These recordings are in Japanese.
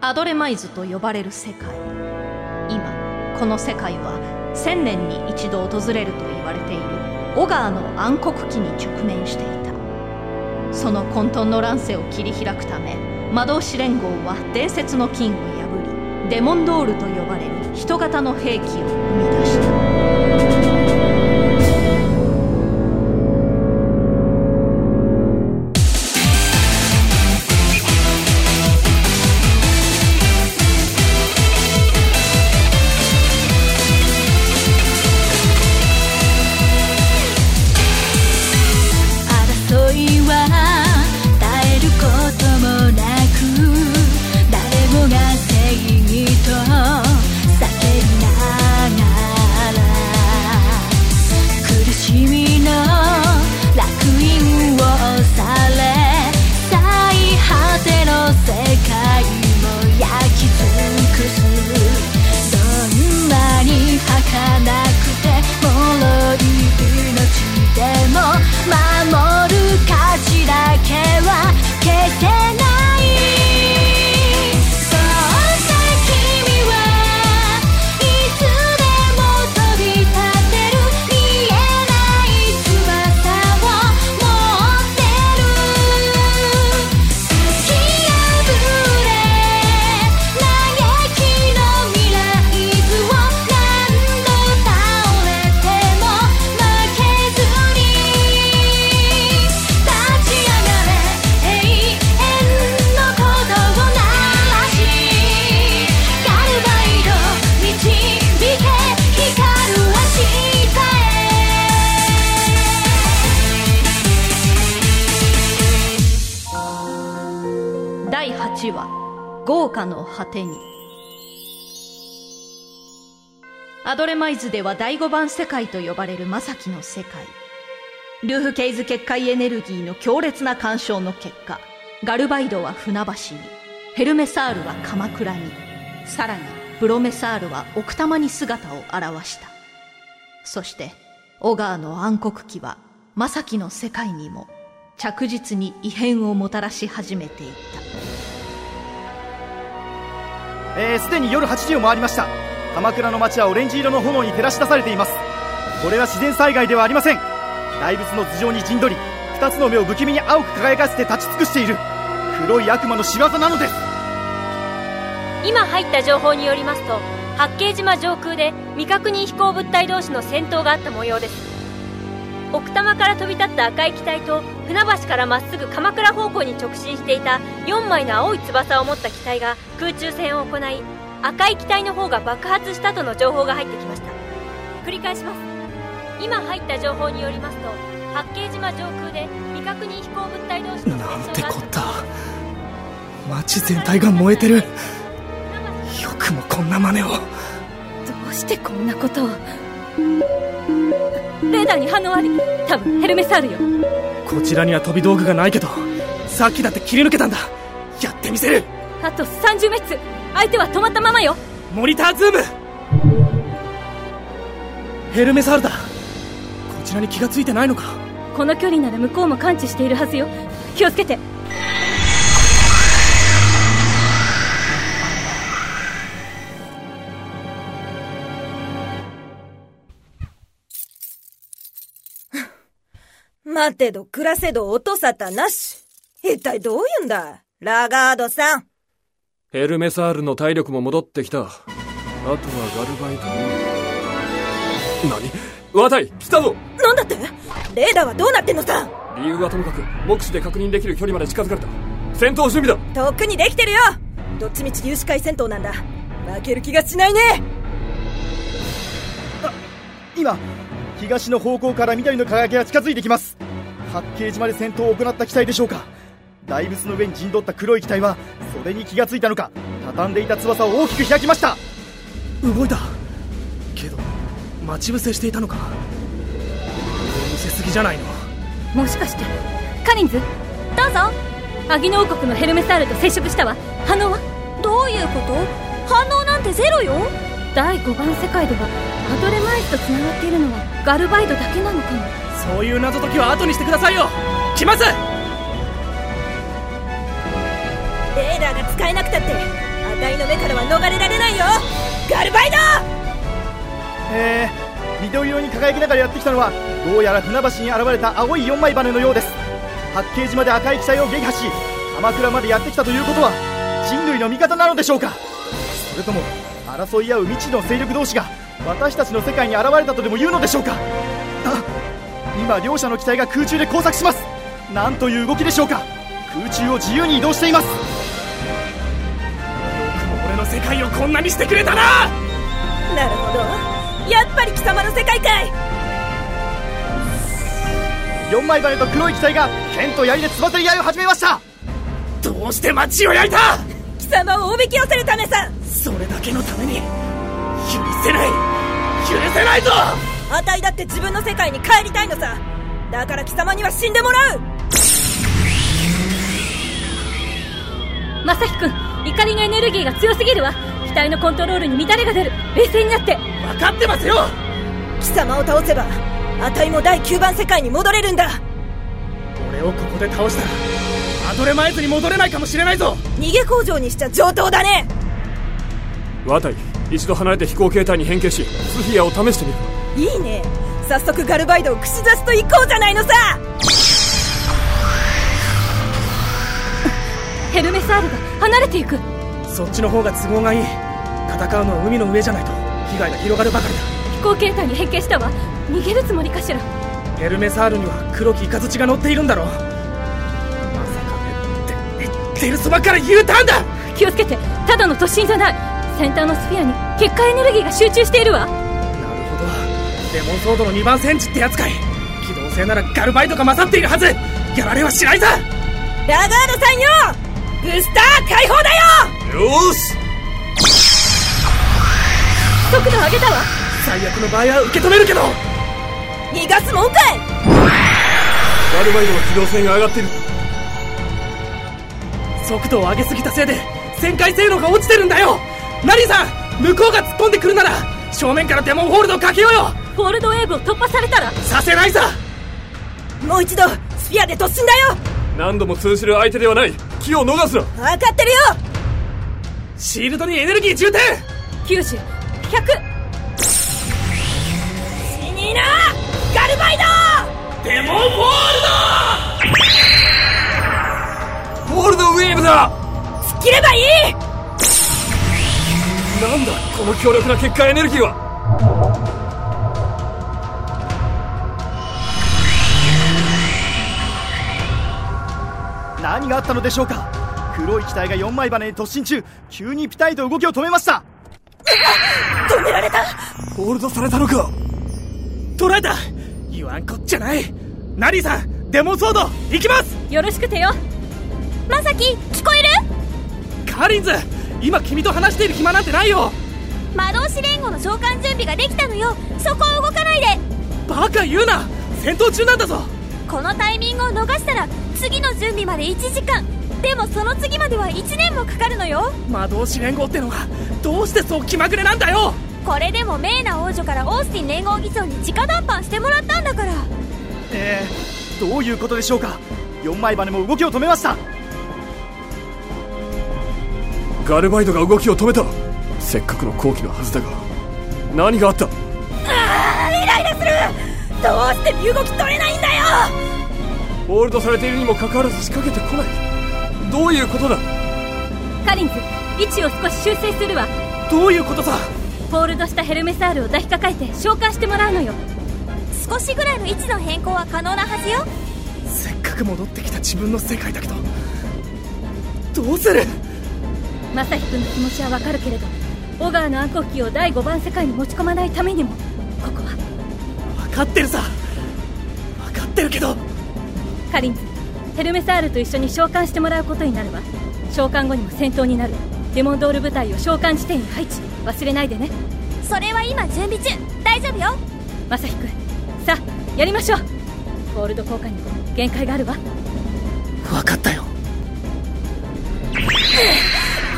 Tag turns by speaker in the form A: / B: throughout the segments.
A: アドレマイズと呼ばれる世界今この世界は千年に一度訪れると言われているオガーの暗黒期に直面していたその混沌の乱世を切り開くため魔導士連合は伝説の金を破りデモンドールと呼ばれる人型の兵器を生み出した
B: 争いは絶えることもなく誰もが正義と叫びながら苦しみの烙印を押され最果ての世界も焼き尽くすどんなに儚くて脆い命でも守る価値だけは消せないそんな君はいつでも飛び立てる見えない翼を持ってる月あぶれ嘆きの未来図を何度倒れても負けずに立ち上がれ永遠の鼓動を鳴らしガルバイド導け光る明日へ
A: 第8話「豪華の果てに」アドレマイズでは第5番世界と呼ばれるマサキの世界ルーフケイズ結界エネルギーの強烈な干渉の結果ガルバイドは船橋にヘルメサールは鎌倉にさらにブロメサールは奥多摩に姿を現したそしてオガーの暗黒期はマサキの世界にも着実に異変をもたらし始めていった
C: えーすでに夜8時を回りました鎌倉の街はオレンジ色の炎に照らし出されていますこれは自然災害ではありません大仏の頭上に陣取り二つの目を不気味に青く輝かせて立ち尽くしている黒い悪魔の仕業なのです
D: 今入った情報によりますと八景島上空で未確認飛行物体同士の戦闘があった模様です奥多摩から飛び立った赤い機体と船橋からまっすぐ鎌倉方向に直進していた4枚の青い翼を持った機体が空中戦を行い赤い機体の方が爆発したとの情報が入ってきました繰り返します今入った情報によりますと八景島上空で未確認飛行物体同士の戦闘があ
E: なん
D: ってた
E: こった街全体が燃えてるよくもこんな真似を
B: どうしてこんなことを
D: レーダーに反応あり多分ヘルメスあるよ
E: こちらには飛び道具がないけどさっきだって切り抜けたんだやってみせる
D: あと30メッツ相手は止まったままよ
E: モニターズームヘルメサールだこちらに気がついてないのか
D: この距離なら向こうも感知しているはずよ気をつけて
F: 待てど暮らせど音沙汰なし。一体どういうんだラガードさん。
G: ヘルメサールの体力も戻ってきた。あとはガルバイトの何ワタイ来たぞ
F: なんだってレーダーはどうなってんのさ
G: 理由はともかく、目視で確認できる距離まで近づかれた。戦闘準備だ
F: とっくにできてるよどっちみち有志会戦闘なんだ。負ける気がしないね
C: 今東の方向から緑の輝きが近づいてきます八景島で戦闘を行った機体でしょうか大仏の上に陣取った黒い機体はそれに気がついたのか畳んでいた翼を大きく開きました
E: 動いたけど待ち伏せしていたのか見せすぎじゃないの
D: もしかしてカリンズどうぞアギノ王国のヘルメスタールと接触したわ反応はどういうこと反応なんてゼロよ第5番世界ではアドレマイズと繋がっているのはガルバイドだけなのかも
E: そういう謎解きは後にしてくださいよ来ます
F: レーダーが使えなくたって、ア隊の目からは逃れられないよガルバイド
C: えー、緑色に輝きながらやってきたのはどうやら船橋に現れた青い四枚羽のようです八景島で赤い機体を撃破し鎌倉までやってきたということは人類の味方なのでしょうかそれとも争い合う未知の勢力同士が私たちの世界に現れたとでも言うのでしょうかあ今両者の機体が空中で交錯しますなんという動きでしょうか空中を自由に移動しています
E: 俺の世界をこんなにしてくれたな
F: なるほどやっぱり貴様の世界かい
C: 四枚羽と黒い機体が剣と槍でつばぜり合いを始めました
E: どうして街を焼いた
F: 貴様をおびき寄せるためさ
E: それだけのために許せない許せないぞ
F: あたいだって自分の世界に帰りたいのさだから貴様には死んでもらう
D: マサヒ君怒りのエネルギーが強すぎるわ機体のコントロールに乱れが出る冷静になって
E: 分かってますよ
F: 貴様を倒せばあたいも第9番世界に戻れるんだ
E: 俺をここで倒したらアドレマイズに戻れないかもしれないぞ
F: 逃げ工場にしちゃ上等だね
G: ワタイ一度離れて飛行形態に変形しスフィアを試してみる
F: いいね早速ガルバイドを串刺しと行こうじゃないのさ
D: ヘルメサールが離れていく
E: そっちの方が都合がいい戦うのは海の上じゃないと被害が広がるばかり
D: 飛行形態に変形したわ逃げるつもりかしら
E: だヘルメサールには黒き雷が乗っているんだろうまさかねって言ってるそばから U ターンだ
D: 気をつけてただの突進じゃない先端のスフィアに結界エネルギーが集中している
E: な
D: わ
E: るほどレモンソードの2番センチってやつかい機動性ならガルバイトが勝っているはずやられはしないさ
F: ラガードさんよブスター解放だよ
E: よし
D: 速度上げたわ
E: 最悪の場合は受け止めるけど
F: 逃がすもんかい
G: ガルバイドの機動性が上がってる
E: 速度を上げすぎたせいで旋回性能が落ちてるんだよナリーさん向こうが突っ込んでくるなら正面からデモンホールドをかけようよ
D: フォールドウェーブを突破されたら
E: させないさ
F: もう一度スピアで突進だよ
G: 何度も通じる相手ではない気を逃すな
F: 分かってるよ
E: シールドにエネルギー充填
D: 90100
F: 死になガルバイド
E: デモンホール
G: ホールドウェーブだ
F: 突っ切ればいい
G: なんだこの強力な結界エネルギーは
C: 何があったのでしょうか黒い機体が4枚羽に突進中急にピタリと動きを止めました
F: 止められた
G: ホールドされたのか
E: ド捉えた言わんこっちゃないナリーさんデモンソード行きます
D: よろしくてよ
B: まさき聞こえる
E: カーリンズ今君と話している暇なんてないよ
B: 魔導士連合の召喚準備ができたのよそこを動かないで
E: バカ言うな戦闘中なんだぞ
B: このタイミングを逃したら次の準備まで1時間でもその次までは1年もかかるのよ
E: 魔導士連合ってのはどうしてそう気まぐれなんだよ
B: これでもメーナ王女からオースティン連合議長に直談判してもらったんだから
C: えー、どういうことでしょうか4枚羽も動きを止めました
G: ガルバイドが動きを止めたせっかくの好機のはずだが何があった
F: イライラするどうして身動き取れないんだよ
G: ホールドされているにもかかわらず仕掛けてこないどういうことだ
D: カリンズ位置を少し修正するわ
E: どういうことさ
D: フォールドしたヘルメサールを抱きかかえて召喚してもらうのよ
B: 少しぐらいの位置の変更は可能なはずよ
E: せっかく戻ってきた自分の世界だけどどうする
D: マサヒ君の気持ちはわかるけれどオガーの暗黒期を第5番世界に持ち込まないためにもここは
E: 分かってるさ分かってるけど
D: カリンズヘルメサールと一緒に召喚してもらうことになるわ召喚後にも戦闘になるデモンドール部隊を召喚地点に配置忘れないでね
B: それは今準備中大丈夫よ
D: マサヒ君さあやりましょうゴールド効果にも限界があるわ
E: 分かったよ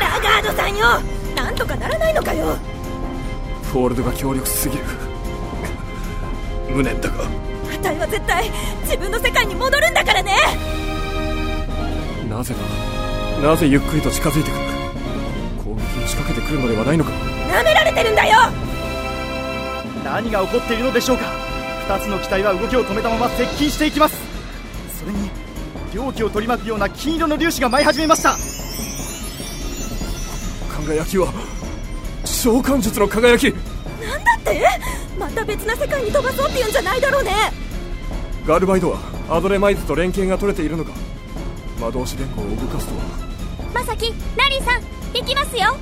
F: ラガードさんよなんとかならないのかよ
G: フォールドが強力すぎる無念だが
F: あたいは絶対自分の世界に戻るんだからね
G: なぜだなぜゆっくりと近づいてくる攻撃けてくるのではないのか
F: 舐められてるんだよ
C: 何が起こっているのでしょうか2つの機体は動きを止めたまま接近していきますそれに容器を取り巻くような金色の粒子が舞い始めました
G: 輝きは召喚術の輝き
F: なんだってまた別な世界に飛ばそうって言うんじゃないだろうね
G: ガルバイドはアドレマイズと連携が取れているのか魔導士連合を動かすとは
B: まさきラリーさん行きますよ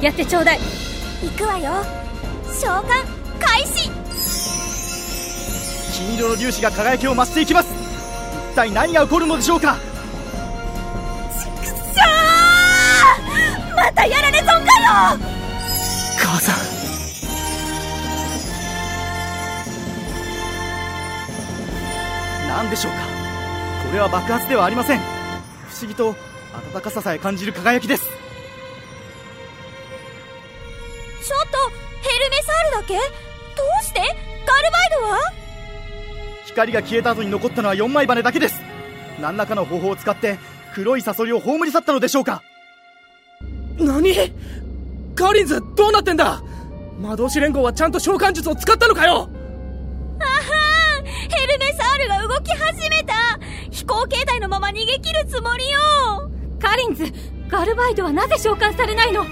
D: やってちょうだい
B: 行くわよ召喚開始
C: 金色の粒子が輝きを増していきます一体何が起こるのでしょうか
F: くっしゃーまたやられ損かよ
C: 母さん何でしょうかこれは爆発ではありません不思議と温かささえ感じる輝きです
B: ちょっとヘルメサールだけどうしてガルバイドは
C: 光が消えた後に残ったのは4枚羽だけです何らかの方法を使って黒いサソリを葬り去ったのでしょうか
E: 何カーリンズどうなってんだ魔導士連合はちゃんと召喚術を使ったのかよ
B: あはんヘルメサールが動き始めた飛行形態のまま逃げ切るつもりよ
D: カリンズガルバイドはなぜ召喚されないの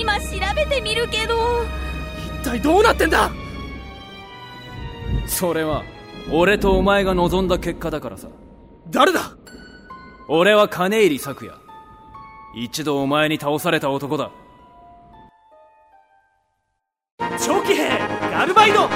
B: 今調べてみるけど
E: 一体どうなってんだ
H: それは俺とお前が望んだ結果だからさ
E: 誰だ
H: 俺は金入朔也一度お前に倒された男だ
E: 長騎兵ガルバイド